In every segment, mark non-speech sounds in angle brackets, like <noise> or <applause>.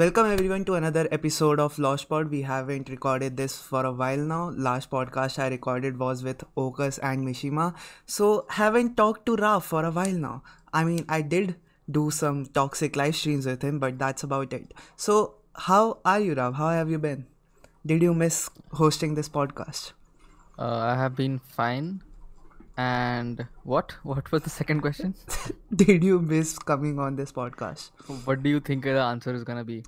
Welcome everyone to another episode of Lost Pod. We haven't recorded this for a while now. Last podcast I recorded was with Okus and Mishima. So haven't talked to Ra for a while now. I mean I did do some toxic live streams with him, but that's about it. So how are you Rav? How have you been? Did you miss hosting this podcast? <laughs> Uh, I have been fine. And what? <laughs> What was the second <laughs> question? Did you miss coming on this podcast? what do you think the answer is gonna be?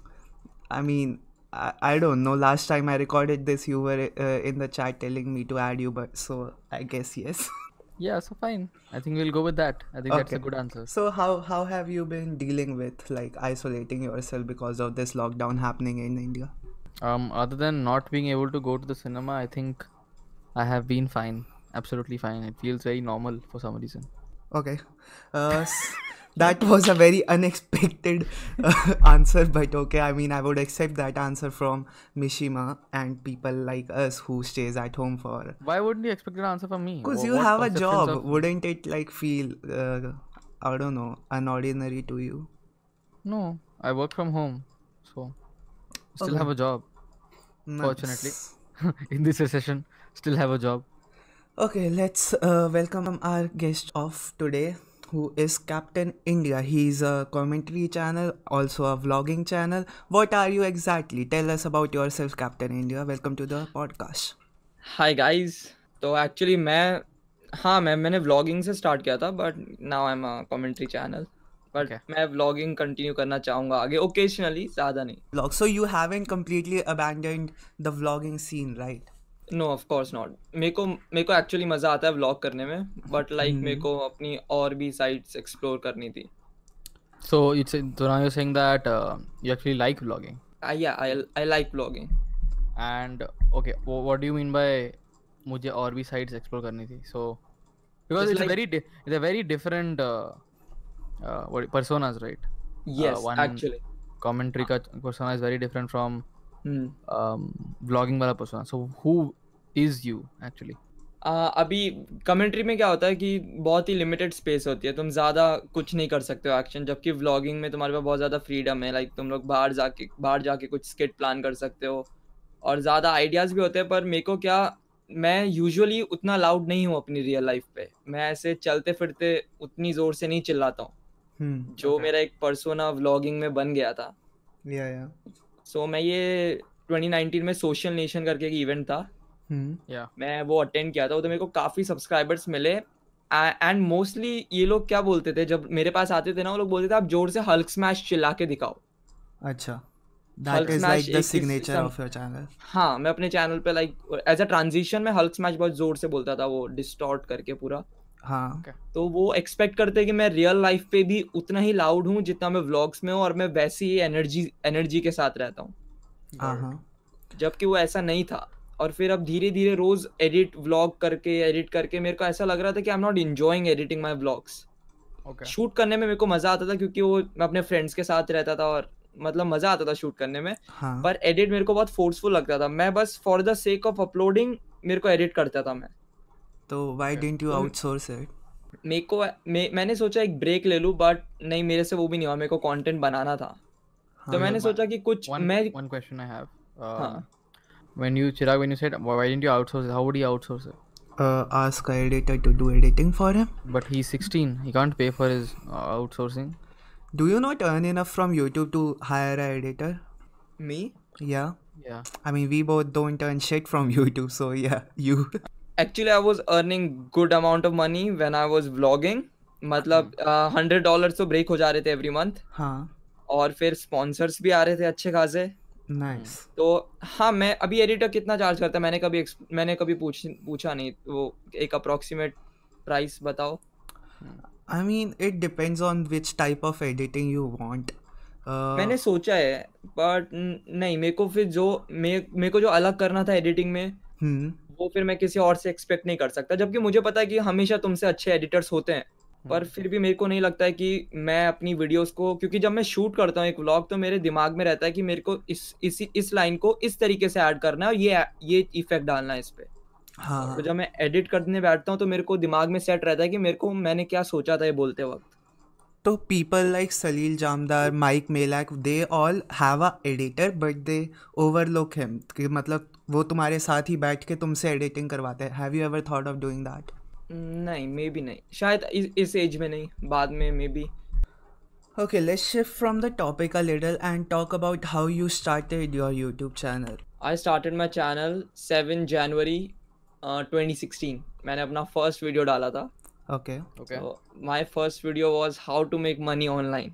I mean, I, I don't know. Last time I recorded this, you were uh, in the chat telling me to add you, but so I guess yes. <laughs> Yeah, so fine. I think we'll go with that. I think that's a good answer. so how how have you been dealing with like isolating yourself because of this lockdown happening in India? Um, other than not being able to go to the cinema, I think I have been fine. Absolutely fine. It feels very normal for some reason. Okay, uh, s- that was a very unexpected uh, <laughs> answer, but okay. I mean, I would accept that answer from Mishima and people like us who stays at home for Why wouldn't you expect an answer from me? Because Wha- you what have a perceptions job, of- wouldn't it like feel, uh, I don't know, unordinary to you? No, I work from home, so still have a job. <laughs> Fortunately. Nice. In this recession, still have a job. Okay, let's uh, welcome our guest of today, who is Captain India. He's a commentary channel, also a vlogging channel. What are you exactly? Tell us about yourself, Captain India. Welcome to the podcast. Hi guys तो actually मैं हाँ मैं मैंने vlogging से start किया था but now I am a commentary channel but Okay. मैं vlogging continue करना चाहूंगा आगे ओकेजनली ज्यादा नहीं Vlog. So you haven't completely abandoned the vlogging scene, right? No of course not मेरे को मेरे को एक्चुअली मजा आता है व्लॉग करने में बट लाइक like, मेरे को अपनी और भी साइट्स एक्सप्लोर करनी थी So it's so now you're saying that uh, you actually like vlogging. I I like vlogging and okay what do you mean by मुझे और भी साइट्स एक्सप्लोर करनी थी so because It's it's like- very it's a very different uh, personas right yes Uh, one- actually commentary का persona is very different from hmm um, vlogging वाला persona so who is you actually ah, अभी commentary में क्या होता है कि बहुत ही लिमिटेड स्पेस होती है तुम ज़्यादा कुछ नहीं कर सकते हो एक्शन जबकि व्लॉगिंग में तुम्हारे पास बहुत ज़्यादा फ्रीडम है लाइक तुम लोग बाहर जाके बाहर जाके कुछ स्किट प्लान कर सकते हो और ज़्यादा आइडियाज़ भी होते हैं पर मेरे को क्या मैं यूजुअली उतना लाउड नहीं हूँ अपनी रियल लाइफ पे मैं ऐसे चलते फिरते उतनी ज़ोर से नहीं चिल्लाता हूँ Hmm. जो Okay. मेरा एक पर्सोना व्लॉगिंग में बन गया था Yeah, yeah. सो मैं ये 2019 में सोशल नेशन करके एक इवेंट था Hmm. मैं वो अटेंड किया था वो तो मेरे को काफ़ी सब्सक्राइबर्स मिले एंड मोस्टली ये लोग क्या बोलते थे जब मेरे पास आते थे ना वो लोग बोलते थे आप जोर से हल्क स्मैश चिल्ला के दिखाओ Acha. That Hulk is smash like the is- is signature some- of your channel. हाँ मैं अपने चैनल पे लाइक एज अ ट्रांजिशन में हल्क स्मैश बहुत जोर से बोलता था वो डिस्टॉर्ट करके पूरा हाँ तो वो एक्सपेक्ट करते कि मैं रियल लाइफ पे भी उतना ही लाउड हूँ जितना मैं व्लॉग्स में हूँ और मैं वैसी ही एनर्जी एनर्जी के साथ रहता हूँ Uh-huh. हाँ हाँ जबकि वो ऐसा नहीं था और फिर अब धीरे धीरे रोज एडिट व्लॉग करके एडिट करके मेरे को ऐसा लग रहा था कि I am not enjoying editing my vlogs okay shoot करने में मेरे को मजा आता था क्योंकि वो मैं अपने फ्रेंड्स के साथ रहता था और मतलब मजा आता था शूट करने में हाँ पर एडिट मेरे को बहुत फोर्सफुल लगता था मैं बस for the sake of uploading मेरे को एडिट करता था मैं तो why didn't you outsource it? मेरे को मे, मैंने सोचा एक ब्रेक ले लूँ बट नहीं मेरे से वो भी नहीं हुआ मेरे को कंटेंट बनाना था तो हाँ, मैंने but- सोचा कि कुछ one मैं one question i have um, हाँ। when you chirag when you said why why didn't you outsource it? how would he outsource it Uh, ask a editor to do editing for him. but he's 16 he can't pay for his uh, outsourcing Do you not earn enough from YouTube to hire a editor? मी Yeah. yeah I mean, we both don't earn shit from <laughs> YouTube, so yeah, <laughs> you. Actually I was earning good amount of money when I was vlogging मतलब hundred dollar तो break हो जा रहे थे every month हाँ, और फिर sponsors भी आ रहे थे अच्छे खासे nice. तो हाँ मैं अभी एडिटर कितना चार्ज करता है मैंने कभी एक्स- मैंने कभी पूछ पूछा नहीं वो एक अप्रोक्सीमेट प्राइस बताओ Hmm. I mean, it depends on which type of editing you want. Uh, मैंने सोचा है बट नहीं मेरे को फिर जो मे- मेरे को जो अलग करना था एडिटिंग में hmm. वो फिर मैं किसी और से एक्सपेक्ट नहीं कर सकता जबकि मुझे पता है कि हमेशा तुमसे अच्छे एडिटर्स होते हैं Hmm. हाँ। पर फिर भी मेरे को नहीं लगता है कि मैं अपनी वीडियोस को क्योंकि जब मैं शूट करता हूँ एक व्लॉग तो मेरे दिमाग में रहता है कि मेरे को इस इसी इस लाइन को इस तरीके से ऐड करना है और ये ये इफेक्ट डालना है इस पे हाँ, तो जब मैं एडिट करने बैठता हूँ तो मेरे को दिमाग में सेट रहता है कि मेरे को मैंने क्या सोचा था ये बोलते वक्त तो people like Salil Jamdar, Mike Malak, they all have a editor but they overlook him कि मतलब वो तुम्हारे साथ ही बैठ के तुमसे एडिटिंग करवाते हैं have you ever thought of doing that नहीं मे बी नहीं शायद इस- इस एज में नहीं बाद में maybe okay let's shift from the topic a little and talk about how you started your YouTube channel I started my channel seven January twenty sixteen uh, मैंने अपना फर्स्ट वीडियो डाला था तो okay okay my first video was how to make money online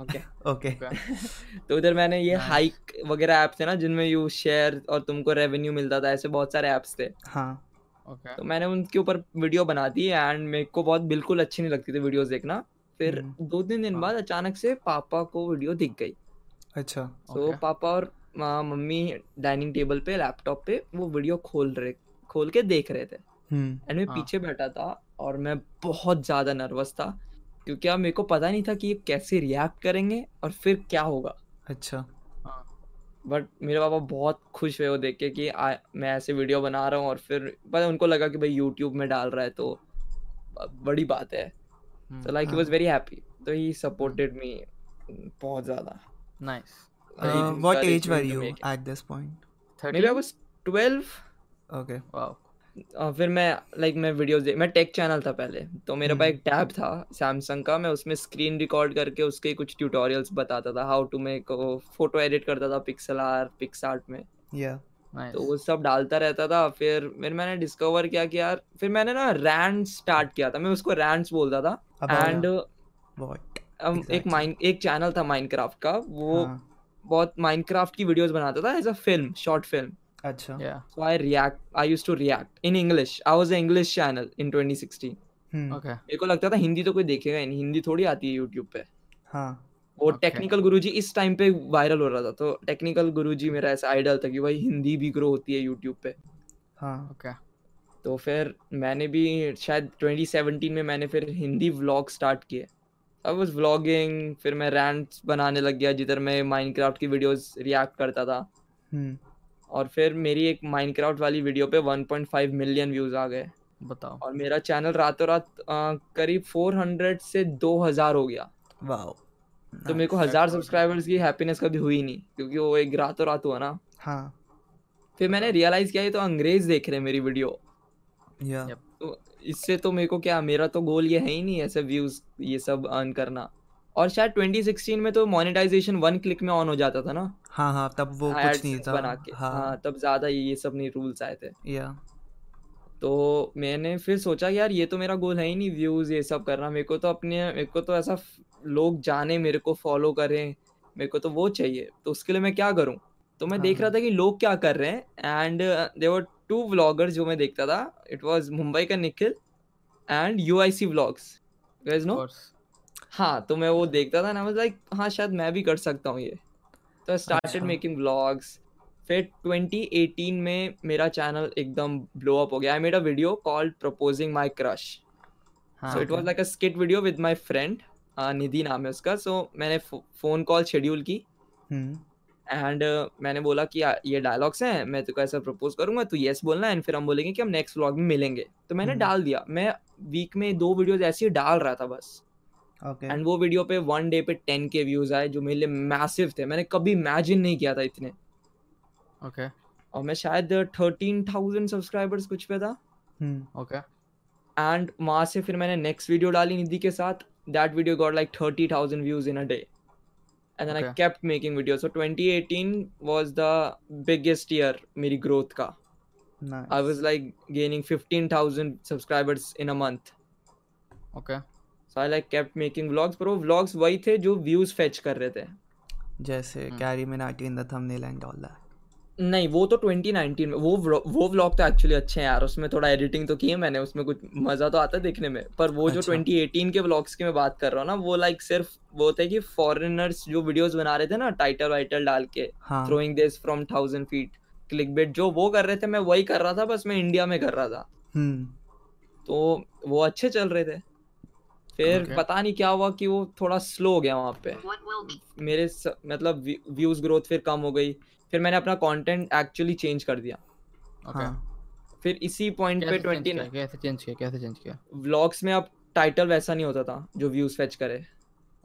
okay okay <laughs> तो उधर मैंने ये Nice. Hike वगैरह ऐप्स थे ना जिनमें यू शेयर और तुमको रेवेन्यू मिलता था ऐसे बहुत सारे ऐप्स थे हाँ okay तो मैंने उनके ऊपर वीडियो बना दी एंड मेरे को बहुत बिल्कुल अच्छी नहीं लगती थी वीडियोस देखना फिर हम्म। दो तीन दिन हाँ। बाद अचानक से पापा को वीडियो दिख गई अच्छा तो Okay. पापा और माँ मम्मी डाइनिंग टेबल पे लैपटॉप पे वो वीडियो खोल रहे खोल के देख रहे थे हम्म एंड मैं हाँ। पीछे बैठा था और मैं बहुत ज़्यादा नर्वस था क्योंकि अब मेरे को पता नहीं था कि ये कैसे रिएक्ट करेंगे और फिर क्या होगा अच्छा बट मेरे पापा बहुत खुश हुए वो देख के कि आ, मैं ऐसे वीडियो बना रहा हूँ और फिर पता उनको लगा कि भाई यूट्यूब में डाल रहा है तो ब- बड़ी बात है Hmm. तो लाइक ही हाँ। वॉज वेरी हैप्पी तो ही सपोर्टेड मी बहुत ज़्यादा nice Uh, what age were you at this point मेरे 13 पास ट्वेल्व ओके wow और फिर मैं लाइक मैं वीडियोस देख मैं टेक चैनल था पहले तो मेरे पास हम्म। एक टैब था सैमसंग का मैं उसमें स्क्रीन रिकॉर्ड करके उसके कुछ ट्यूटोरियल्स बताता था how to make photo edit करता था पिक्सल आर पिक्स आर्ट में या nice तो वो सब डालता रहता था फिर फिर मैंने डिस्कवर किया कि यार फिर मैंने ना रैंड स्टार्ट किया था मैं उसको रैंड्स बोलता था एंड अबाउट व्हाट एक हाँ, exactly. माइन एक चैनल था माइनक्राफ्ट का वो हाँ, बहुत माइनक्राफ्ट की वीडियोस बनाता था as a film short film अच्छा yeah So I react. I used to react in English. I was an English channel in 2016. हम्म, okay मेरे को लगता था हिंदी तो कोई देखेगा ही नहीं हिंदी थोड़ी आती है यूट्यूब पे हाँ वो Okay. टेक्निकल गुरुजी इस टाइम पे वायरल हो रहा था तो टेक्निकल गुरुजी मेरा ऐसा आइडल था कि भाई हिंदी भी ग्रो होती है यूट्यूब पे हाँ okay तो फिर मैंने भी शायद 2017 में मैंने फिर हिंदी व्लॉग स्टार्ट किए अब उस व्लॉगिंग फिर मैं रैंट्स बनाने लग गया जिधर मैं माइनक्राफ्ट की वीडियोस रिएक्ट करता था हम्म और फिर मेरी एक माइनक्राफ्ट वाली वीडियो पे 1.5 मिलियन व्यूज आ गए बताओ और मेरा चैनल रातों रात अ, करीब 400 से 2000 हो गया वाओ तो मेरे को Nice. हजार सब्सक्राइबर्स की हैप्पीनेस कभी हुई नहीं क्योंकि वो एक रातों रात हुआ ना हाँ फिर मैंने रियलाइज किया ये तो अंग्रेज देख रहे हैं मेरी वीडियो या Yep. तो इससे तो मेरे को क्या मेरा तो गोल ये है ही नहीं ऐसे व्यूज ये सब अर्न करना और शायद 2016 में तो मोनेटाइजेशन वन क्लिक में ऑन हो जाता था ना हाँ हाँ तब वो कुछ ads नहीं था बना के हाँ हाँ तब ज्यादा ये सब नहीं रूल्स आए थे या तो मैंने फिर सोचा कि यार ये तो मेरा गोल है ही नहीं व्यूज ये सब करना मेरे को तो अपने मेरे को तो ऐसा फ- लोग जाने मेरे को फॉलो करें मेरे को तो वो चाहिए तो उसके लिए मैं क्या करूं तो मैं देख हाँ। रहा था कि लोग क्या कर रहे हैं uh, and there were two vloggers जो मैं देखता था इट वाज मुंबई का Nikhil and U I C vlogs of no course हाँ तो मैं वो देखता था ना मैं लाइक हाँ शायद मैं भी कर सकता हूँ ये तो स्टार्टेड अच्छा। मेकिंग व्लॉग्स फिर 2018 में मेरा चैनल एकदम ब्लो अप हो गया I made a video called proposing my crush हाँ so it was like a skit video with my friend Nidhi uh, नाम है उसका सो मैंने फोन कॉल शेड्यूल की हम्म एंड मैंने बोला कि "आ, ये डायलॉग्स हैं मैं तुझको ऐसा प्रपोज करूंगा तू यस बोलना एंड फिर हम बोलेंगे कि हम नेक्स्ट व्लॉग में मिलेंगे तो मैंने हम्म। डाल दिया मैं वीक में दो वीडियोस ऐसे ही डाल रहा था बस ओके एंड वो वीडियो पे वन डे पे टेन के व्यूज आए जो मेरे लिए मैसिव थे मैंने कभी इमेजिन नहीं किया था इतने okay और मैं शायद थर्टीन थाउजेंड सब्सक्राइबर्स कुछ पे था हम्म okay एंड वहाँ से फिर मैंने नेक्स्ट वीडियो डाली निधि के साथ that video got like thirty thousand views in a day and then I Okay. Kept making video so 2018 was the biggest year मेरी ग्रोथ का I was nice like gaining 15000 subscribers in a month okay so I like kept making vlogs पर वो vlogs वही थे जो views fetch कर रहे थे जैसे hmm. Carry Minati in the thumbnail and all that नहीं वो तो 2019 में वो vlog- वो व्लॉग तो एक्चुअली अच्छे हैं यार उसमें थोड़ा एडिटिंग तो की है मैंने उसमें कुछ मजा तो आता है देखने में पर वो जो अच्छा। 2018 के व्लॉग्स की मैं बात कर रहा हूँ ना वो लाइक सिर्फ वो थे कि फॉरेनर्स जो वीडियोस बना रहे थे ना टाइटल वाइटल डाल के हाँ throwing this from thousand feet click bait जो वो कर रहे थे मैं वही कर रहा था बस मैं इंडिया में कर रहा था हम्म तो वो अच्छे चल रहे थे फिर Okay. पता नहीं क्या हुआ कि वो थोड़ा स्लो हो गया वहाँ पे मेरे स- मतलब व्यूज ग्रोथ फिर कम हो गई फिर मैंने अपना कंटेंट एक्चुअली चेंज कर दिया okay हाँ फिर इसी पॉइंट पे कैसे change ट्वेंटी किया? कैसे चेंज किया कैसे चेंज किया व्लॉग्स में अब टाइटल वैसा नहीं होता था जो व्यूज फेच करे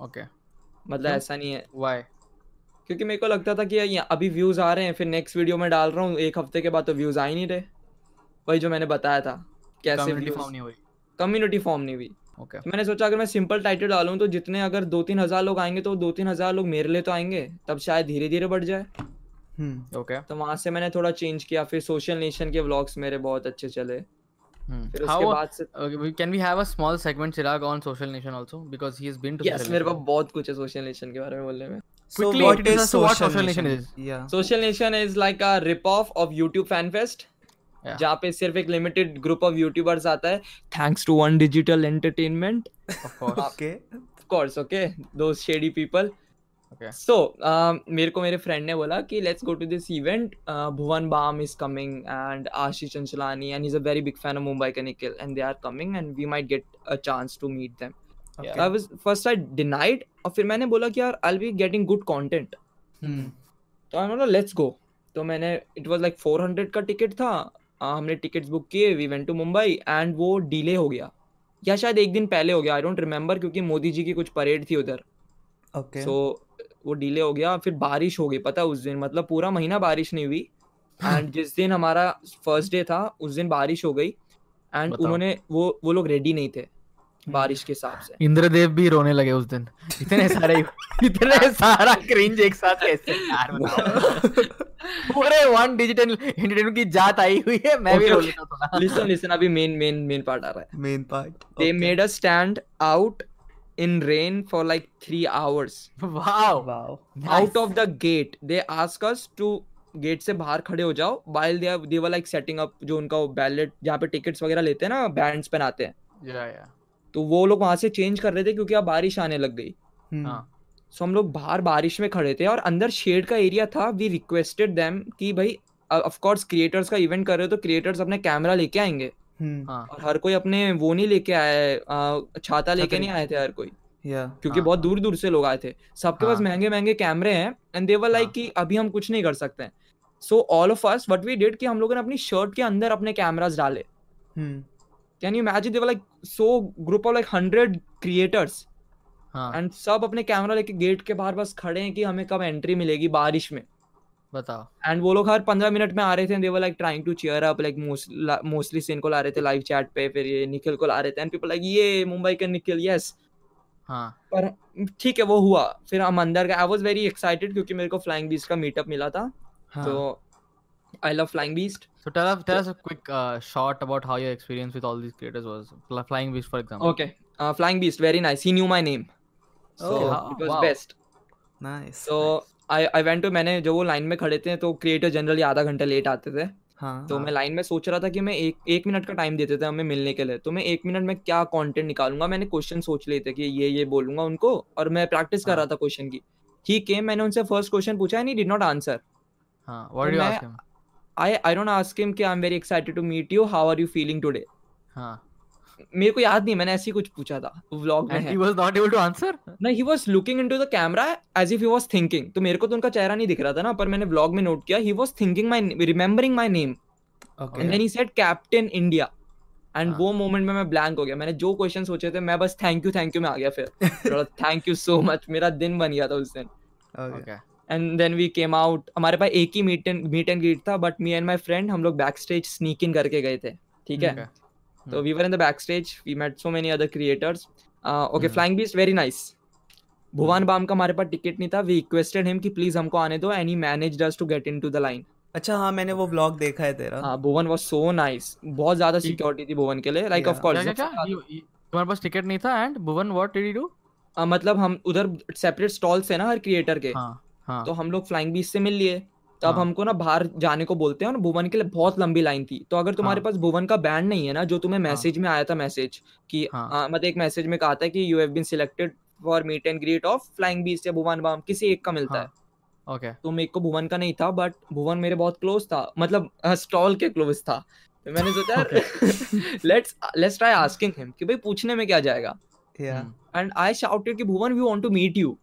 ओके मतलब क्यों? ऐसा नहीं है व्हाई क्योंकि मेरे को लगता था कि यहाँ अभी व्यूज आ रहे हैं फिर नेक्स्ट वीडियो में डाल रहा हूँ एक हफ्ते के बाद तो व्यूज आ ही नहीं रहे वही जो मैंने बताया था कैसे कम्युनिटी फॉर्म नहीं हुई कम्युनिटी फॉर्म नहीं हुई ओके मैंने सोचा अगर मैं सिंपल टाइटल डालूं तो जितने अगर दो तीन हजार लोग आएंगे तो दो तीन हजार लोग मेरे लिए तो आएंगे तब शायद धीरे धीरे बढ़ जाए Hmm. ओके तो वहां से मैंने थोड़ा चेंज किया फिर सोशल नेशन के व्लॉग्स मेरे बहुत अच्छे चले फिर उसके हाउ बाद से can we have a small segment Chirag on Social Nation also because he has been to yes मेरे पास बहुत कुछ है सोशल नेशन के बारे में बोलने में So Quickly what introduce is us to what social social nation? nation is. Yeah. Social Nation is like a rip off of YouTube fan fest Yeah. जहाँ पे सिर्फ एक लिमिटेड ग्रुप ऑफ यूट्यूबर्स आता है thanks to One Digital Entertainment of course Okay. Of course okay दो shady people okay so um, मेरे को मेरे फ्रेंड ने बोला कि let's go to this event uh, Bhuvan Bam is coming and Ashish Chanchlani and is a very big fan of Mumbai का Nikhil and they are coming and we might get a chance to meet them Yeah. I was first I denied और फिर मैंने बोला कि यार I will be getting good content Hmm, तो I बोला let's go तो मैंने इट वाज लाइक 400 का टिकट था आ, हमने टिकट्स बुक किए we went to Mumbai and वो डिले हो गया या शायद एक दिन पहले हो गया आई डोंट रिमेम्बर क्योंकि मोदी जी की कुछ परेड थी उधर Okay. सो वो डिले हो गया फिर बारिश हो गई पता है उस दिन मतलब पूरा महीना बारिश नहीं हुई एंड जिस दिन हमारा फर्स्ट डे था उस दिन बारिश हो गई एंड बताओ। उन्होंने वो वो लोग रेडी नहीं थे बारिश के हिसाब से इंद्रदेव भी रोने लगे उस <laughs> दिन इतने सारे इतने सारा क्रिंज एक साथ कैसे यार बताओ <laughs> पूरे वन डिजिटल इंटरटेनमेंट की जात आई हुई है मैं भी Okay, रो okay. लेता हूं थोड़ा लिसन लिसन अभी मेन मेन मेन पार्ट आ रहा है Main part. they Okay. made us stand out in rain for like three hours <laughs> wow Wow. Hmm, out of the gate they asked us to gate से बाहर खड़े हो जाओ while they they were like setting up जो उनका बैलेट जहाँ पे टिकट्स वगैरह लेते हैं ना बैंड्स पहनाते हैं या या तो वो लोग वहाँ से चेंज कर रहे थे क्योंकि अब बारिश आने लग गई Hmm. हाँ. सो हम लोग बाहर बारिश में खड़े थे और अंदर शेड का एरिया था वी रिक्वेस्टेड देम कि भाई ऑफ कोर्स क्रिएटर्स का इवेंट कर रहे हो तो क्रिएटर्स अपने कैमरा लेके आएंगे Hmm. हाँ और हर कोई अपने वो नहीं लेके आए आ, छाता लेके छतरी। नहीं आए थे हर कोई Yeah. क्योंकि हाँ, बहुत दूर दूर से लोग आए थे सबके पास हाँ। महंगे महंगे कैमरे हैं एंड देवर लाइक हाँ। कि अभी हम कुछ नहीं कर सकते हैं so all of us what we did कि हम लोगों ने अपनी शर्ट के अंदर अपने कैमरास डाले Hmm. Can you imagine they were like so group of like hundred creators हाँ एंड सब अपने कैमरा लेके गेट के बाहर बस खड़े हैं कि हमें कब एंट्री मिलेगी बारिश में बताओ एंड वो लोग हर पंद्रह मिनट में आ रहे थे देवर like trying to chair up like mostly से इनको ला रहे थे लाइव चैट पे फिर ये निखिल को ला रहे थे एंड पीपल लाइक ये मुंबई का निखिल यस हाँ पर ठीक है वो हुआ फिर हम अंदर गए आई वॉज वेरी एक्साइटेड क्योंकि मेरे को फ्लाइंग बीस्ट का मीटअप मिला था हाँ. तो I love Flying Beast So tell us, tell us a quick uh, short about how your experience with all these creators was. Fl- Flying Beast, for example. Okay Flying Beast very nice he knew my name so Oh, it was wow. Best Nice. हाँ, so I I went to मैंने जो वो line में खड़े थे तो creator generally आधा घंटा लेट आते थे हाँ. तो हाँ। मैं लाइन में सोच रहा था कि मैं एक एक मिनट का टाइम देते थे हमें मिलने के लिए तो मैं एक मिनट में क्या कंटेंट निकालूंगा मैंने क्वेश्चन सोच लिए थे कि ये ये बोलूंगा उनको और मैं प्रैक्टिस कर हाँ। रहा था क्वेश्चन की ही केम मैंने उनसे फर्स्ट क्वेश्चन पूछा and he did not answer Huh. हाँ, What तो did you मैं- ask him? I I don't ask him कि I am very excited to meet you how are you feeling today Huh. मेरे को याद नहीं मैंने ऐसे ही कुछ पूछा था व्लॉग में And है he was not able to answer. ना he was looking into the camera as if he was thinking तो मेरे को तो उनका चेहरा नहीं दिख रहा था ना पर मैंने व्लॉग में नोट किया he was thinking my remembering my name Okay. And then he said captain India and हाँ। वो मोमेंट में मैं ब्लैंक हो गया मैंने जो क्वेश्चन सोचे थे मैं बस थैंक यू थैंक यू में आ गया फिर थैंक यू सो मच मेरा दिन बन गया था उस दिन Okay. Okay. And then we came out हमारे पास एक ही meet and meet and greet था but me and my friend हम लोग बैक स्टेज स्नीक इन करके गए थे ठीक है Okay. So we were in the backstage. We met so many other creators. Uh, okay, Hmm. Flying Beast, very nice. Bhuvan Bam का हमारे पास टिकट नहीं था वी रिक्वेस्टेड हिम कि प्लीज हमको आने दो and he manage does to get into the line अच्छा हाँ मैंने वो व्लॉग देखा है तेरा हाँ। हां भुवन वाज सो नाइस बहुत ज्यादा सिक्योरिटी थी भुवन के लिए लाइक ऑफ Yeah. क्या क्या क्या? कोर्स You- you- तुम्हारे पास टिकट नहीं था and Bhuvan what did you do मतलब हम उधर सेपरेट स्टॉल्स है ना हर क्रिएटर के हाँ हाँ तो हम लोग फ्लाइंग बीच से मिल लिए तो अब हाँ। हमको ना बाहर जाने को बोलते हैं और भुवन के लिए बहुत लंबी लाइन थी तो अगर तुम्हारे हाँ। पास भुवन का बैंड नहीं है ना जो तुम्हें हाँ। मैसेज में आया था मैसेज कि हाँ। आ, मतलब एक मैसेज में कहा था कि you have been selected for meet and greet of Flying बीच या भुवन बाम किसी एक का मिलता हाँ। है ओके तो मेरे को भुवन का नहीं था बट भुवन मेरे बहुत क्लोज था मतलब स्टॉल के क्लोज था तो मैंने <laughs> सोचा let's let's try asking him कि भाई पूछने में क्या जाएगा या हम्म. एंड आई शाउटेड कि Bhuvan we want to meet you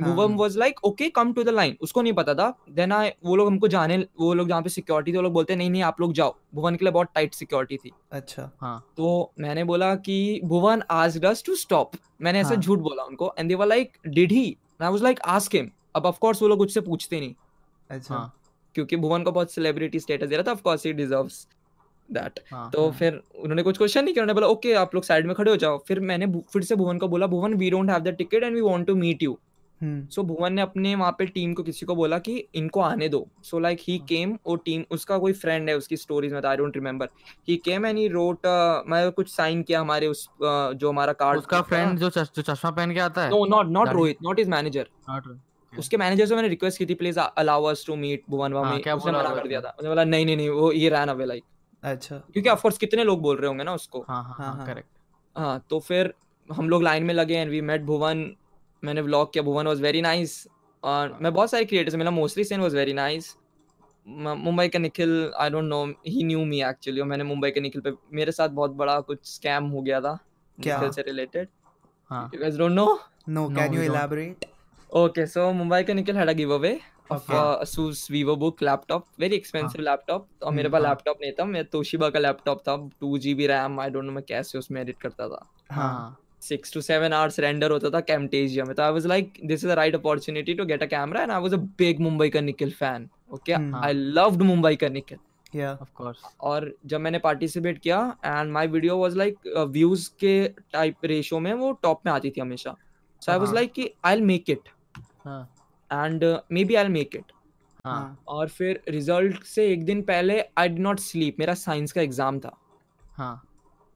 हाँ। मूवम was like okay come to the line उसको नहीं पता था देन आई वो लोग हमको जाने वो लोग जहाँ पे सिक्योरिटी थी वो लोग बोलते नहीं नहीं आप लोग जाओ भुवन के लिए बहुत टाइट सिक्योरिटी थी अच्छा तो मैंने बोला कि Bhuvan asked us to stop मैंने ऐसे हाँ. झूठ बोला उनको and they were like did he I was like ask him अब ऑफ कोर्स वो लोग मुझसे पूछते नहीं अच्छा हाँ, क्योंकि भुवन को बहुत सेलिब्रिटी स्टेटस दे रहा था of course he deserves that हाँ, तो हाँ। फिर उन्होंने कुछ क्वेश्चन नहीं किया उन्होंने बोला ओके आप लोग साइड में खड़े हो जाओ फिर मैंने भु- फिर से भुवन को बोला Bhuvan we don't have the ticket and we want to meet you hmm so Bhuvan ने अपने वहाँ पे टीम को किसी को बोला कि इनको आने दो सो लाइक ही हाँ। केम और टीम उसका कोई फ्रेंड है उसकी स्टोरीज में I don't remember he came and he wrote मैं uh, मतलब कुछ साइन किया हमारे उस uh, जो हमारा कार्ड उसका फ्रेंड जो चश- जो चश्मा पहन के आता है नो नॉट नॉट दाढ़ी- Rohit not is manager Not really. उसके मैनेजर से मैंने रिक्वेस्ट की थी please allow us to meet Bhuvan हाँ, वामी क्या उसने बोला मना वो कर दिया था उसने बोला नहीं नहीं नहीं वो ये रैन अवे लाइक अच्छा क्योंकि ऑफ कोर्स कितने लोग बोल रहे होंगे ना उसको हाँ हाँ, हाँ हाँ हाँ। करेक्ट हाँ तो फिर हम लोग लाइन में लगे एंड वी मेट भुवन मैंने व्लॉग किया भुवन वाज वेरी नाइस और मैं बहुत सारे क्रिएटर्स मिला mostly Sen was very nice Mumbai का Nikhil I don't know he knew me actually और मैंने मुंबई के निखिल पे मेरे साथ बहुत बड़ा कुछ स्कैम हो गया था क्या? निखिल से रिलेटेड हाँ you guys don't know no No, can we you don't. elaborate okay so Mumbai का Nikhil had a giveaway of Okay. asus vivo book laptop very expensive laptop और मेरे हम्म, पास हाँ। लैपटॉप नहीं था मेरा तोशिबा का लैपटॉप था 2GB RAM I don't know मैं कैसे उसमें एडिट करता था हाँ हाँ six to seven hours render होता था कैमटेजिया में तो I was like this is the right opportunity to get a camera and I was a big Mumbai का Nikhil fan okay Hmm. I loved Mumbai का निखिल या ऑफ कोर्स और जब मैंने पार्टिसिपेट किया and my video was like views uh, के type ratio में वो टॉप में आती थी हमेशा सो आई वाज हाँ. लाइक कि आई विल मेक इट हाँ and maybe I will make it हाँ और फिर रिजल्ट से एक दिन पहले आई डिड नॉट स्लीप मेरा साइंस का एग्जाम था हाँ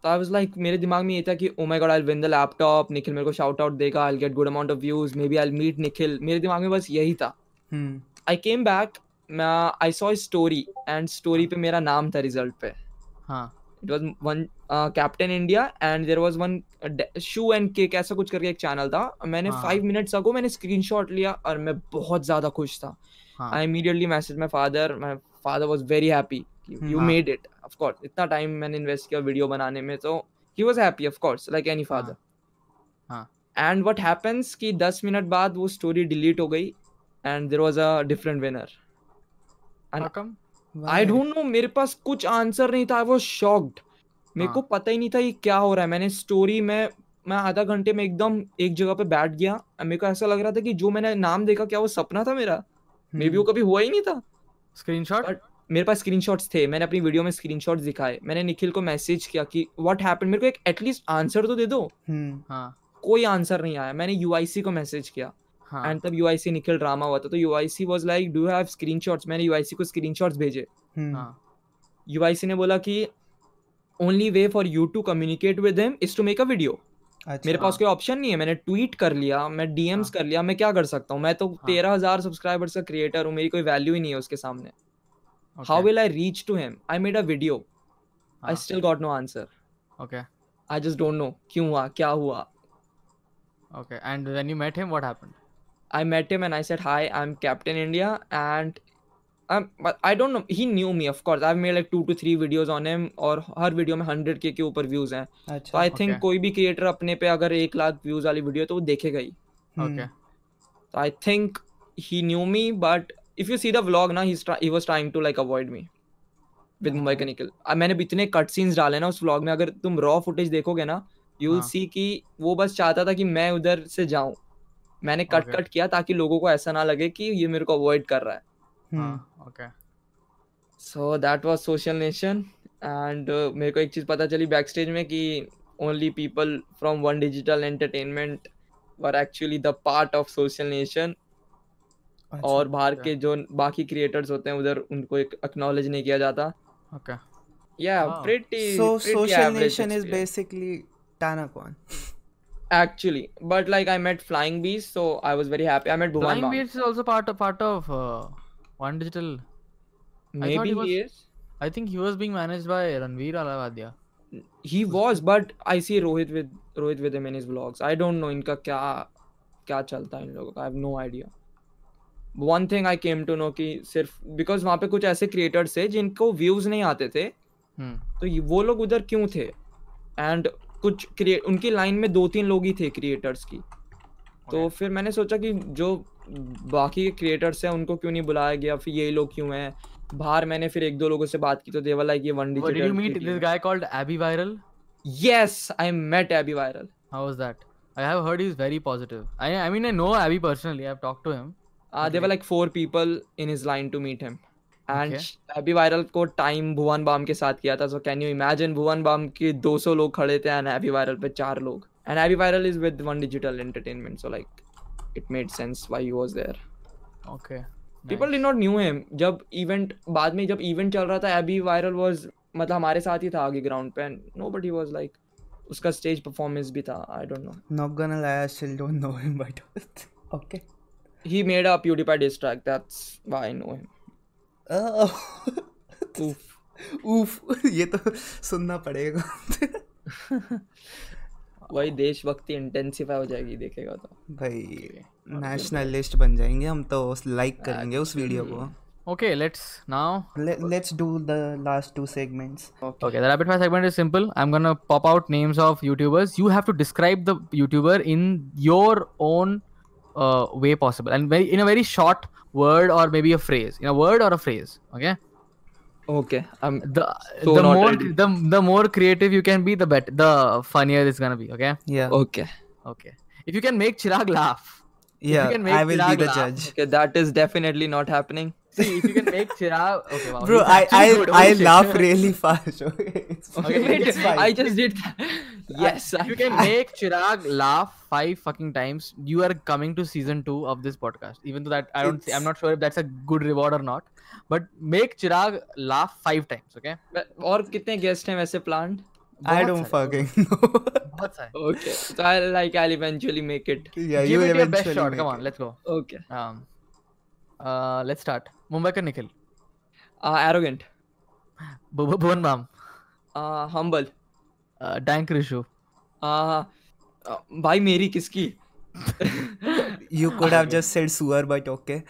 तो आई वाज लाइक मेरे दिमाग में ये था कि "Oh oh my God I win the laptop Nikhil मेरे को शाउट आउट देगा I get good amount of views maybe I meet Nikhil मेरे दिमाग में बस यही था हम्म I came back I saw story and story पे मेरा नाम था रिजल्ट पे हाँ it was one captain India and there was one shoe and cake ऐसा कुछ करके एक चैनल था मैंने हाँ। फाइव मिनट्स अगो मैंने स्क्रीनशॉट लिया और मैं बहुत ज्यादा खुश था हाँ। I immediately message my father my father was very happy you हाँ। मेड इट ऑफकोर्स इतना टाइम मैंने इन्वेस्ट किया वीडियो बनाने में तो he was happy of course like any father हाँ। एंड वट हैपन्स कि दस मिनट बाद वो स्टोरी डिलीट हो गई and there was a different winner And- How come? I don't know मेरे पास कुछ आंसर नहीं था आई वाज शॉक्ड मेरे हाँ। को पता ही नहीं था ये क्या हो रहा है मैंने स्टोरी में मैं आधा घंटे में एकदम एक जगह पे बैठ गया और मेरे को ऐसा लग रहा था कि जो मैंने नाम देखा क्या वो सपना था मेरा Hmm. मे हम्म। बी वो कभी हुआ ही नहीं था स्क्रीनशॉट But- मेरे पास स्क्रीनशॉट्स थे मैंने अपनी वीडियो में स्क्रीनशॉट्स दिखाए मैंने निखिल को मैसेज किया कि व्हाट हैपेंड मेरे को एक एटलीस्ट आंसर तो दे दो हम्म हाँ कोई आंसर नहीं आया मैंने यूआईसी को मैसेज किया हाँ एंड तब यूआईसी निखिल ड्रामा हुआ था तो UIC was like do you have screenshots मैंने यूआईसी को स्क्रीनशॉट्स भेजे हम्म हाँ यूआईसी ने बोला कि only way for you to communicate with him is to make a video मेरे अच्छा पास कोई ऑप्शन नहीं है मैंने ट्वीट कर लिया मैं डीएम्स हाँ। कर लिया मैं क्या कर सकता हूँ मैं तो तेरह हजार सब्सक्राइबर्स का क्रिएटर हूँ मेरी कोई वैल्यू ही नहीं है उसके सामने how will I reach to him I made a video हाँ। I still got no answer okay I just don't know क्यों हुआ क्या हुआ okay and when you met him what happened I met him and I said, Hi, I'm Captain India. And um, but I don't know, he knew me, of course. I've made like two to three videos on him, और हर video में 100k के ऊपर views हैं तो अच्छा I think Okay. कोई भी क्रिएटर अपने पे अगर एक लाख व्यूज वाली वीडियो तो वो देखेगा ही Hmm. ओके तो I think he knew me but if you see the vlog ना he was trying to like avoid me with Mumbai का निकल अब मैंने भी इतने कट सीन्स डाले ना उस व्लॉग में अगर तुम रॉ फुटेज देखोगे ना यू विल हाँ। सी कि वो बस चाहता था कि मैं उधर से जाऊं मैंने कट Okay. कट किया ताकि लोगों को ऐसा ना लगे कि ये मेरे को अवॉइड कर रहा है Hmm. हाँ okay so that was Social Nation and uh, मेरे को एक चीज पता चली बैक स्टेज में कि only people from One Digital Entertainment were actually the part of Social Nation और बाहर अच्छा। के जो बाकी क्रिएटर्स होते हैं उधर उनको एक acknowledge नहीं किया जाता ओके या Wow. pretty so pretty Social average Nation is experience. Basically टानाकॉन actually but like I met Flying Beast so I was very happy I met Bhuvan Flying Bam. Beats is also part of part of uh, One Digital. I thought maybe he was- he is I think he was being managed by Ranveer Alawadia. he was but I see Rohit with Rohit with him in his vlogs I don't know इनका क्या क्या चलता है इन लोगों का I have no idea one thing I came to know कि सिर्फ because वहाँ पे कुछ ऐसे creators थे जिनको views नहीं आते थे Hmm. तो ये- वो लोग उधर क्यों थे एंड कुछ क्रिएट उनकी लाइन में दो तीन लोग ही थे क्रिएटर्स की तो फिर मैंने सोचा कि जो बाकी के क्रिएटर्स हैं उनको क्यों नहीं बुलाया गया फिर ये लोग क्यों हैं बाहर मैंने फिर एक दो लोगों से बात की तो देवर लाइक ये One What did you meet this Digital guy called Abby Viral? Yes I met Abby Viral How was that? I have heard he's very positive. I I mean I know Abby personally. I've talked to him. There were Okay. Like four people in his line to meet him and Okay. Abby Viral को time Bhuvan Bam के साथ किया था so can you imagine भुवन बाम के 200 लोग खड़े थे and Abby Viral पे चार लोग and Abby Viral is with One Digital Entertainment so like it made sense why he was there Okay. People did not knew him जब इवेंट बाद में जब इवेंट चल रहा था एबी वायरल वाज मतलब हमारे साथ ही था आगे ग्राउंड पे एंड नोबडी वाज लाइक उसका स्टेज परफॉर्मेंस भी था I don't know Not gonna lie, I still don't know him, but <laughs> okay. He made a प्यूटीफाई diss track that's why I know him Oh. <laughs> Oof. <laughs> ये तो सुनना पड़ेगा <laughs> वही देशभक्ति इंटेंसिफाई हो जाएगी देखेगा तो भाई नेशनलिस्ट बन जाएंगे हम तो लाइक करेंगे उस वीडियो Hmm. को Okay. Let's now let's do the last two segments Okay, the rapid fire segment is simple. I'm gonna pop out names of YouTubers. You have to describe the YouTuber in your own uh, way possible, and very, in a very short word or maybe a phrase. In a word or a phrase. Okay. Okay um The So the not more ready. the the more creative you can be, the better, the funnier it's gonna be. Okay. या okay Okay. If you can make Chirag laugh, या you can make I will be Chirag the laugh. जज okay that is definitely not happening see if you can make Chirag. Okay. Wow, <laughs> Bro, he's I actually I good. Holy I shit. laugh really fast. Okay, it's fine. Okay, It's fine. i just did that yes If you can make Chirag laugh five fucking times, you are coming to season two of this podcast. Even though that I don't, see, I'm It's- not sure if that's a good reward or not. But make Chirag laugh five times, okay? और कितने guest हैं वैसे planned I बहुत don't सारे, fucking know. <laughs> बहुत सारे. okay so i like i'll eventually make it yeah, Give you it your eventually best shot. make Come on, it. let's go. okay Um, uh, let's start. Mumbai का Nikhil, uh, arrogant भु- भु- Bhuvan Bam, uh, humble uh, dank Rishu. uh, uh, भाई मेरी किसकी You could have just said sewer, but okay.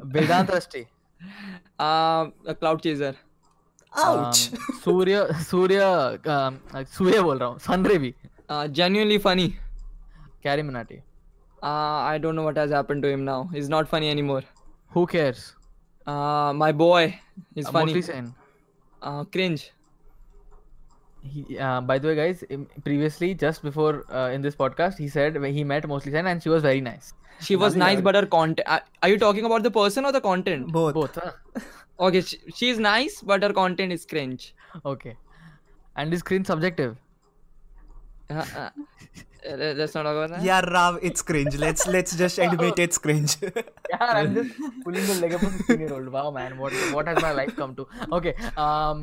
<laughs> Vedant Rusty. Uh, cloud chaser Ouch. <laughs> Um, Surya Surya um, Surya बोल रहा हूँ सनरे भी Uh, genuinely funny Carry Minati uh, i don't know what has happened to him now he's not funny anymore who cares uh, my boy is funny Motley Sen uh, cringe He, uh, by the way, guys, im- previously, just before uh, in this podcast, he said when he met Mostly Sen and she was very nice. she was nice but her content are, are you talking about the person or the content Both. Both. huh? okay she, she's nice but her content is cringe Okay. And is cringe subjective? Uh, uh, uh, let's not talk about that Yeah, Rav, it's cringe. Let's let's just admit it's cringe. Yeah, I'm just pulling the leg up of a 15 year old. Wow, man, what what has my life come to? Okay. Um,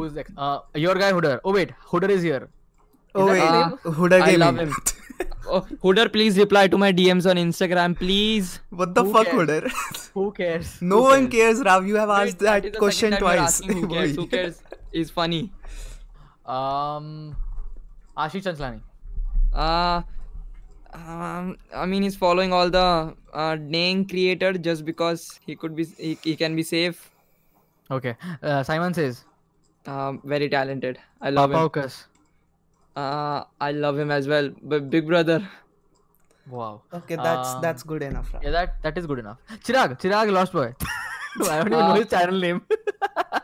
who's next? Uh, your guy Hooder. Oh wait, Hooder is here. <laughs> oh wait, Ah, Huda I love gaming. him. Oh, Hooder, please reply to my DMs on Instagram, please. <laughs> what the Who fuck, cares? Huda? <laughs> Who cares? No one cares, Rav. You have asked Wait, that is the question second time you're twice. asking <laughs> Who cares? Who Boy. cares? Is funny. Um, Ashish Chanchlani. Uh, um, I mean, he's following all the uh, name creator just because he could be, he, he can be safe. Okay. Uh, Simon says. Um, very talented. I love him. Papaukas. Uh, I love him as well. But Big Brother, Wow. Okay, that's Um, that's good enough, Rav. Yeah, that that is good enough. Chirag, Chirag Lost <laughs> Boy. I don't even know his channel name. Uh,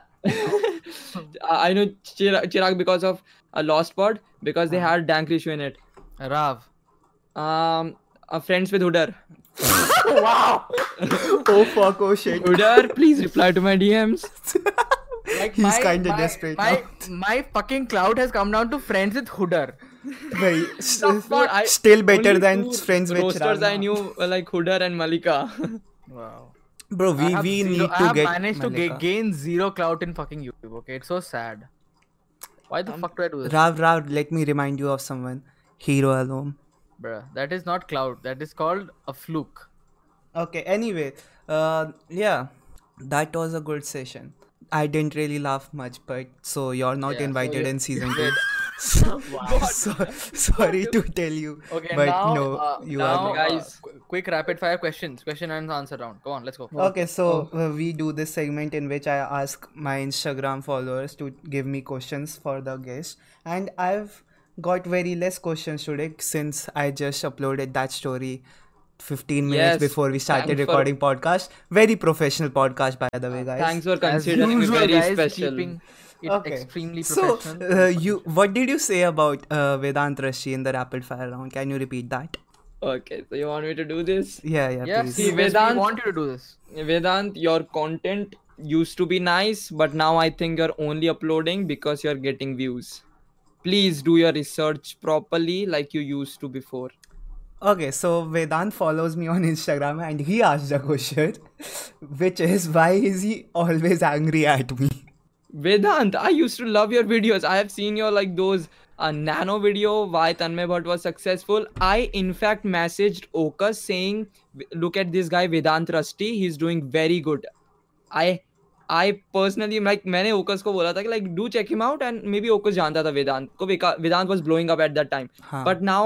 I I know Chirag, Chirag because of a Lost Pod because they had Dank Rishu in it. Rav. Um, uh, friends with Hooder. <laughs> Oh fuck! Oh shit! Hooder, please reply to my DMs. <laughs> Like He's kinda desperate <laughs> Oh, My, <laughs> now. my fucking cloud has come down to friends with Hooder. Very <laughs> s- Dude, I- still better only than two friends with roasters Chirag I now. knew were like Hooder and Malika. Wow. Bro, we, I have, we zero, need I to have get managed to Malika. ga- gain zero clout in fucking YouTube. Okay, it's so sad. Why Um, the fuck do I do this, Rav, Rav, let me remind you of someone. Hero alone. bruh? That is not clout. That is called a fluke. Okay, anyway, uh, yeah, that was a good session. I didn't really laugh much, but so you're not Yeah, so invited you- <laughs> in season two. <laughs> So- so- sorry to tell you, Okay, but now no, uh, you now, are. not. Guys. uh, qu- quick rapid fire questions. Question and answer round. Go on, let's go. Okay, so Oh. uh, we do this segment in which I ask my Instagram followers to give me questions for the guest, and I've got very less questions today since I just uploaded that story 15 minutes Yes, before we started thanks for- recording podcast. Very professional podcast, by the way, guys. <laughs> Thanks for As considering me usual, very guys, special. keeping it Okay. extremely So, professional. uh, you what did you say about uh, Vedant Rashi in the rapid fire round? Can you repeat that? Okay, so you want me to do this? Yeah, yeah, yes, please. see- yes, we Vedant- want you to do this. Vedant, your content used to be nice, but now I think you're only uploading because you're getting views. Please do your research properly like you used to before. Okay, so Vedant follows me on Instagram and he asked a question, which is why is he always angry at me? Vedant, I used to love your videos. I have seen your like those uh, nano video why Tanmay Bhatt was successful. I in fact messaged Oka saying, "Look at this guy Vedant Rusty. He's doing very good." I I personally like मैंने ओकस को बोला था कि like do check him out and maybe ओकस जानता था वेदांत को वेका- Vedant was blowing up at that time. हाँ. But now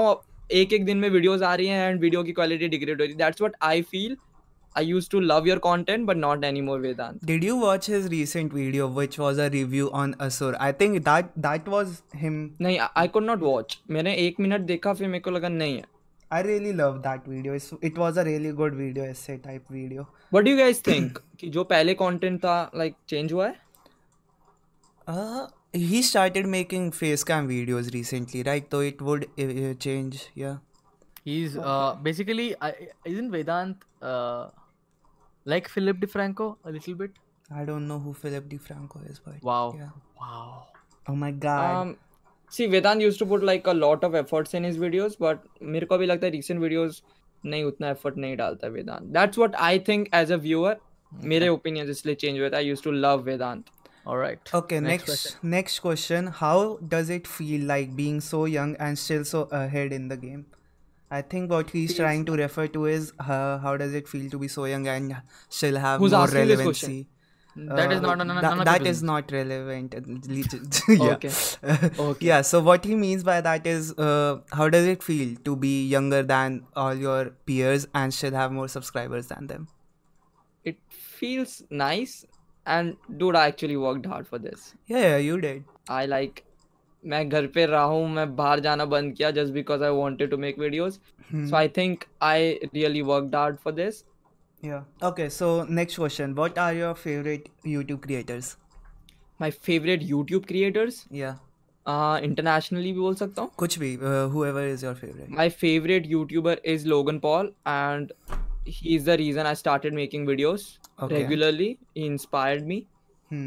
एक एक दिन में videos आ रही हैं and video की quality degrade हो रही है. That's what I feel. I used to love your content but not anymore Vedanta. Did you watch his recent video, which was a review on Asur? I think that that was him. नहीं आई could not watch मैंने एक minute देखा फिर मेरे को लगा नहीं है I really love that video. It's, it was a really good video essay type video. what do you guys think कि जो पहले कंटेंट था like change हुआ है Uh, he started making face cam videos recently, right? So it would uh, uh, change. Yeah. He's uh, basically uh, isn't Vedant uh, like Philip DeFranco a little bit? I don't know who Philip DeFranco is, but Wow, yeah. wow. Oh my god. um, see Vedanta used to put like a lot of efforts in his videos but मेरे को अभी लगता है recent videos नहीं उतना effort नहीं डालता वेदांत that's what I think as a viewer मेरे opinions इसलिए change हुए थे I used to love Vedant All right. okay, next question. next question. How does it feel like being so young and still so ahead in the game? I think what he's trying to refer to is uh, how does it feel to be so young and still have Who's more asking this question? relevancy? that Uh, is not no, no, tha- none of that is your business. not relevant <laughs> and legit- yeah. Okay. okay yeah so what he means by that is uh, how does it feel to be younger than all your peers and still have more subscribers than them it feels nice and dude I actually worked hard for this yeah, yeah you did I like मैं घर पे रहा हूँ मैं बाहर जाना बंद किया just because I wanted to make videos Hmm. So I think I really worked hard for this yeah okay so next question what are your favorite youtube creators my favorite YouTube creators yeah internationally uh, भी बोल सकता हूँ kuch bhi uh, whoever is your favorite my favorite YouTuber is Logan Paul and he is the reason I started making videos Okay. Regularly he inspired me hmm.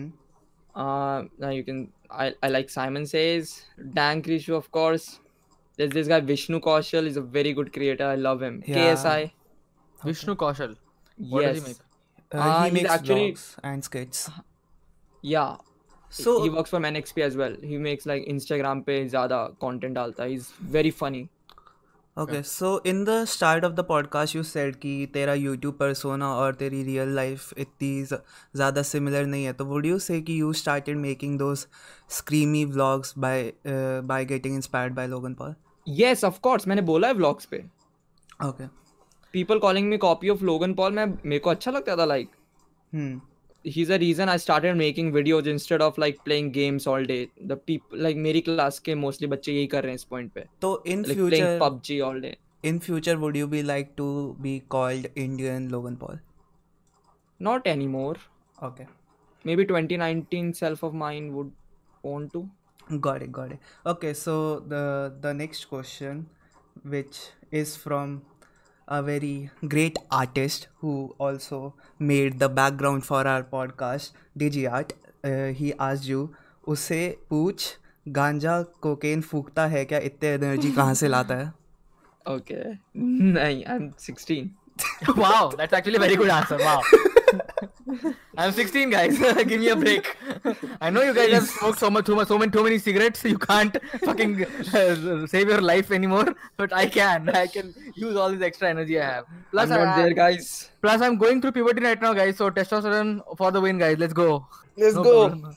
Uh, now you can. I, I like Simon Says, Dan Krishu, of course. There's this guy Vishnu Kaushal. He's a very good creator. I love him. Yeah. KSI. Vishnu Kaushal. <laughs> What yes. does he make? Uh, Ah, he he's makes actually- vlogs and skits Yeah. so he works for NXP as well. He makes like Instagram पे ज़्यादा content डालता है. He's very funny. Okay, so in the start of the podcast, you said कि तेरा YouTube persona और तेरी real life इतनी ज- ज़्यादा similar नहीं है तो would you say कि you started making those screamy vlogs by uh, by getting inspired by Logan Paul? Yes, of course. मैंने बोला है vlogs पे. Okay. People calling me copy of Logan Paul. मैं मेरे को अच्छा लगता था like. Hmm. He's a reason I started making videos instead of like playing games all day. The people like मेरी class के mostly बच्चे यही कर रहे हैं इस point पे. तो in Like future, playing PUBG all day. in future would you be like to be called Indian Logan Paul? Not anymore. Okay. Maybe 2019 self of mine would want to. Got it, got it. Okay, so the the next question, which is from a very great artist who also made the background for our podcast, DigiArt. Uh, he asked you, उसे पूछ गांजा cocaine फूकता है क्या इतने energy कहाँ से लाता है Okay. <laughs> नहीं, I'm 16. wow, that's actually a very good answer. <laughs> Wow. I'm 16, guys. <laughs> Give me a break. I know you guys have smoked so much, too much, so many, too many cigarettes. You can't <laughs> fucking uh, save your life anymore. But I can. I can use all this extra energy I have. Plus, I'm not I- there, guys. plus I'm going through puberty right now, guys. So testosterone for the win, guys. Let's go. Let's No go. problem.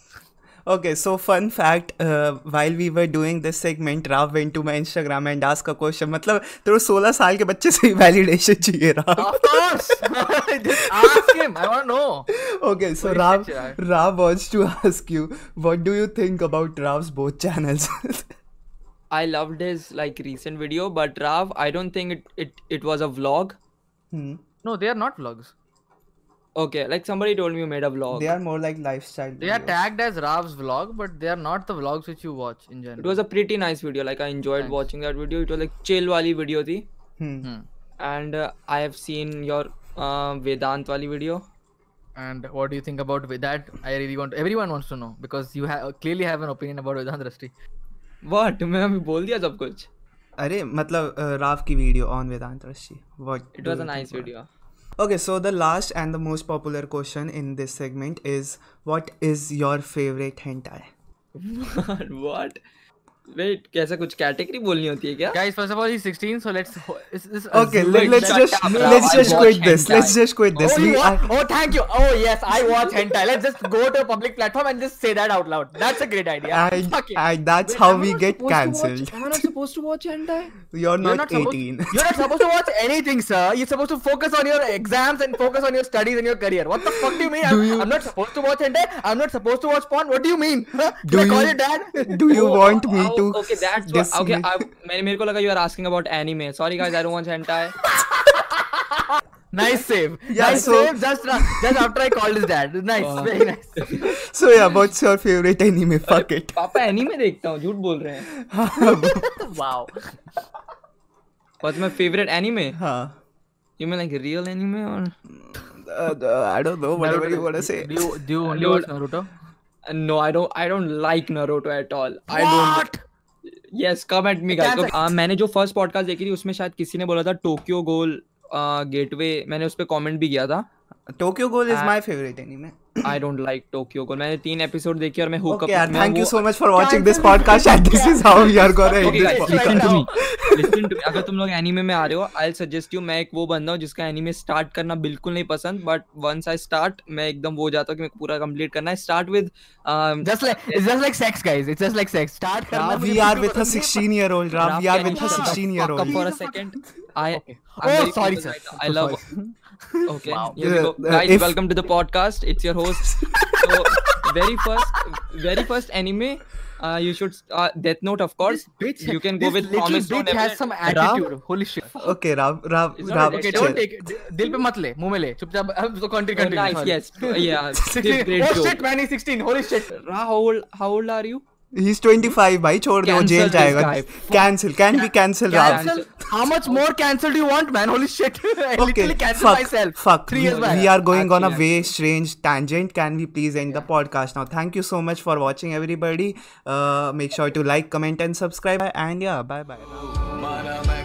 Okay, so fun fact, uh, while we were doing this segment, Rav went to my Instagram and asked a question. मतलब तेरे 16 साल के बच्चे से ही validation चाहिए Rao Of course. <laughs> Just ask him. I want to know. Okay, so Holy Rav, shit, Chirag. Rav wants to ask you, what do you think about Rav's both channels? <laughs> I loved his like recent video, but Rav, I don't think it it, it was a vlog. Hmm. No, they are not vlogs. Okay, like somebody told me you made a vlog. They are more like lifestyle. They are videos. tagged as Rav's vlog, but they are not the vlogs which you watch in general. It was a pretty nice video. Like I enjoyed Thanks. watching that video. It was like chill wali video thi. Hmm. Hmm. And uh, I have seen your uh, Vedant wali video. And what do you think about with that? I really want everyone wants to know because you ha- clearly have an opinion about Vedant Rusty. What? <laughs> मैं अभी बोल दिया सब कुछ. अरे मतलब uh, Rao की video on Vedant Rashi. What? It do was a you think nice about it? video. Okay, so the last and the most popular question in this segment is what is your favorite hentai? <laughs> what? Wait, कैसा कुछ category बोलनी होती है क्या? Guys, first of all, he's 16, so let's. ho- Is, is Okay, let, wait, let's shut just up, Rav, let's I just watch quit this. Let's hentai. just quit this. uh, Oh, you We watch- are- oh, thank you. Oh, yes, I watch hentai. Let's just go to a public platform and just say that out loud. That's a great idea. I, Fuck it. I, that's how we get cancelled. Am I not supposed to watch hentai? <laughs> You're You're not <laughs> supposed- <laughs> 18. you're not supposed to watch anything, sir. You're supposed to focus on your exams and focus on your studies and your career. What the fuck do you mean? I'm, I'm not supposed to watch hentai. I'm not supposed to watch porn. What do you mean? Huh? Should Do I call you- your <laughs> dad? <laughs> Do you Oh, want me oh, to? Okay, that's what. dismiss- Okay, <laughs> I, मैंने मेरे को लगा you are asking about anime. Sorry guys, I don't watch hentai. nice save. Yeah, nice so- save. Just, just after I called his dad. <laughs> Nice. Very nice. So yeah, what's your favorite anime? <laughs> Fuck it. पापा anime देखता हूँ, झूठ बोल रहे हैं. wow. What's my favorite anime? Huh. You mean like real anime or? Uh, uh, I don't know. Whatever you wanna say. Do you, do you only Dude. watch Naruto? Uh, No, I don't. I don't like Naruto at all. I don't. What? Yes, come at me, guys. Can't Come- Uh, मैंने जो first podcast देखी थी उसमें शायद किसी ने बोला था टोक्यो गोल गेटवे मैंने उस पर कॉमेंट भी किया था Tokyo Ghoul Uh, is my favorite anime. I don't like Tokyo Ghoul मैंने तीन एपिसोड देखे और मैं hook Okay, and thank you so much for watching this podcast. And <laughs> this is how we are gonna end Okay, this. guys, podcast. listen to right me. Listen to me. अगर तुम लोग anime में आ रहे हो I suggest you मैं एक वो बंदा हूँ जिसका एनीमे स्टार्ट करना बिल्कुल नहीं पसंद बट वंस आई स्टार्ट मैं एकदम वो हो जाता हूँ कि मेरे को पूरा कंप्लीट करना है um, start with Just like it's just like sex, guys. It's just like sex. Start. करना Rav, मुझे we are बिल्कुल with a पसंद 16 नहीं है, year old. Rav, we are with a 16 year old. for a second i Okay. I'm Oh, very sorry, focused sir. right now. So i love okay here we Uh, go uh, guys if- welcome to the podcast it's your host so very first very first anime uh, you should uh, death note of course bitch, you can go this with little Promise bitch Stone has episode. some attitude. Holy shit. Okay, Rav, Rav, It's not Rav. a Okay, Shit. don't take it. Dil- Dil pe mat le, मुंह में ले. चुपचाप अब तो country Oh, country. nice yes <laughs> yeah fifth 16. grade Oh shit, joke. man, he's 16. Holy shit. Ra, how old how old are you He's 25. भाई छोड़ दो Cancel jail this जाएगा. guy. Cancel. Can we cancel Rav? Cancel. How much more cancel do you want, man? Holy shit. <laughs> I Okay, literally cancel fuck, myself. fuck. Three we, years back. we are going on a Actually, way strange tangent. Can we please end the podcast now? Thank you so much for watching, everybody. Uh, make sure to like, comment, and subscribe. And yeah, bye bye. Mana man.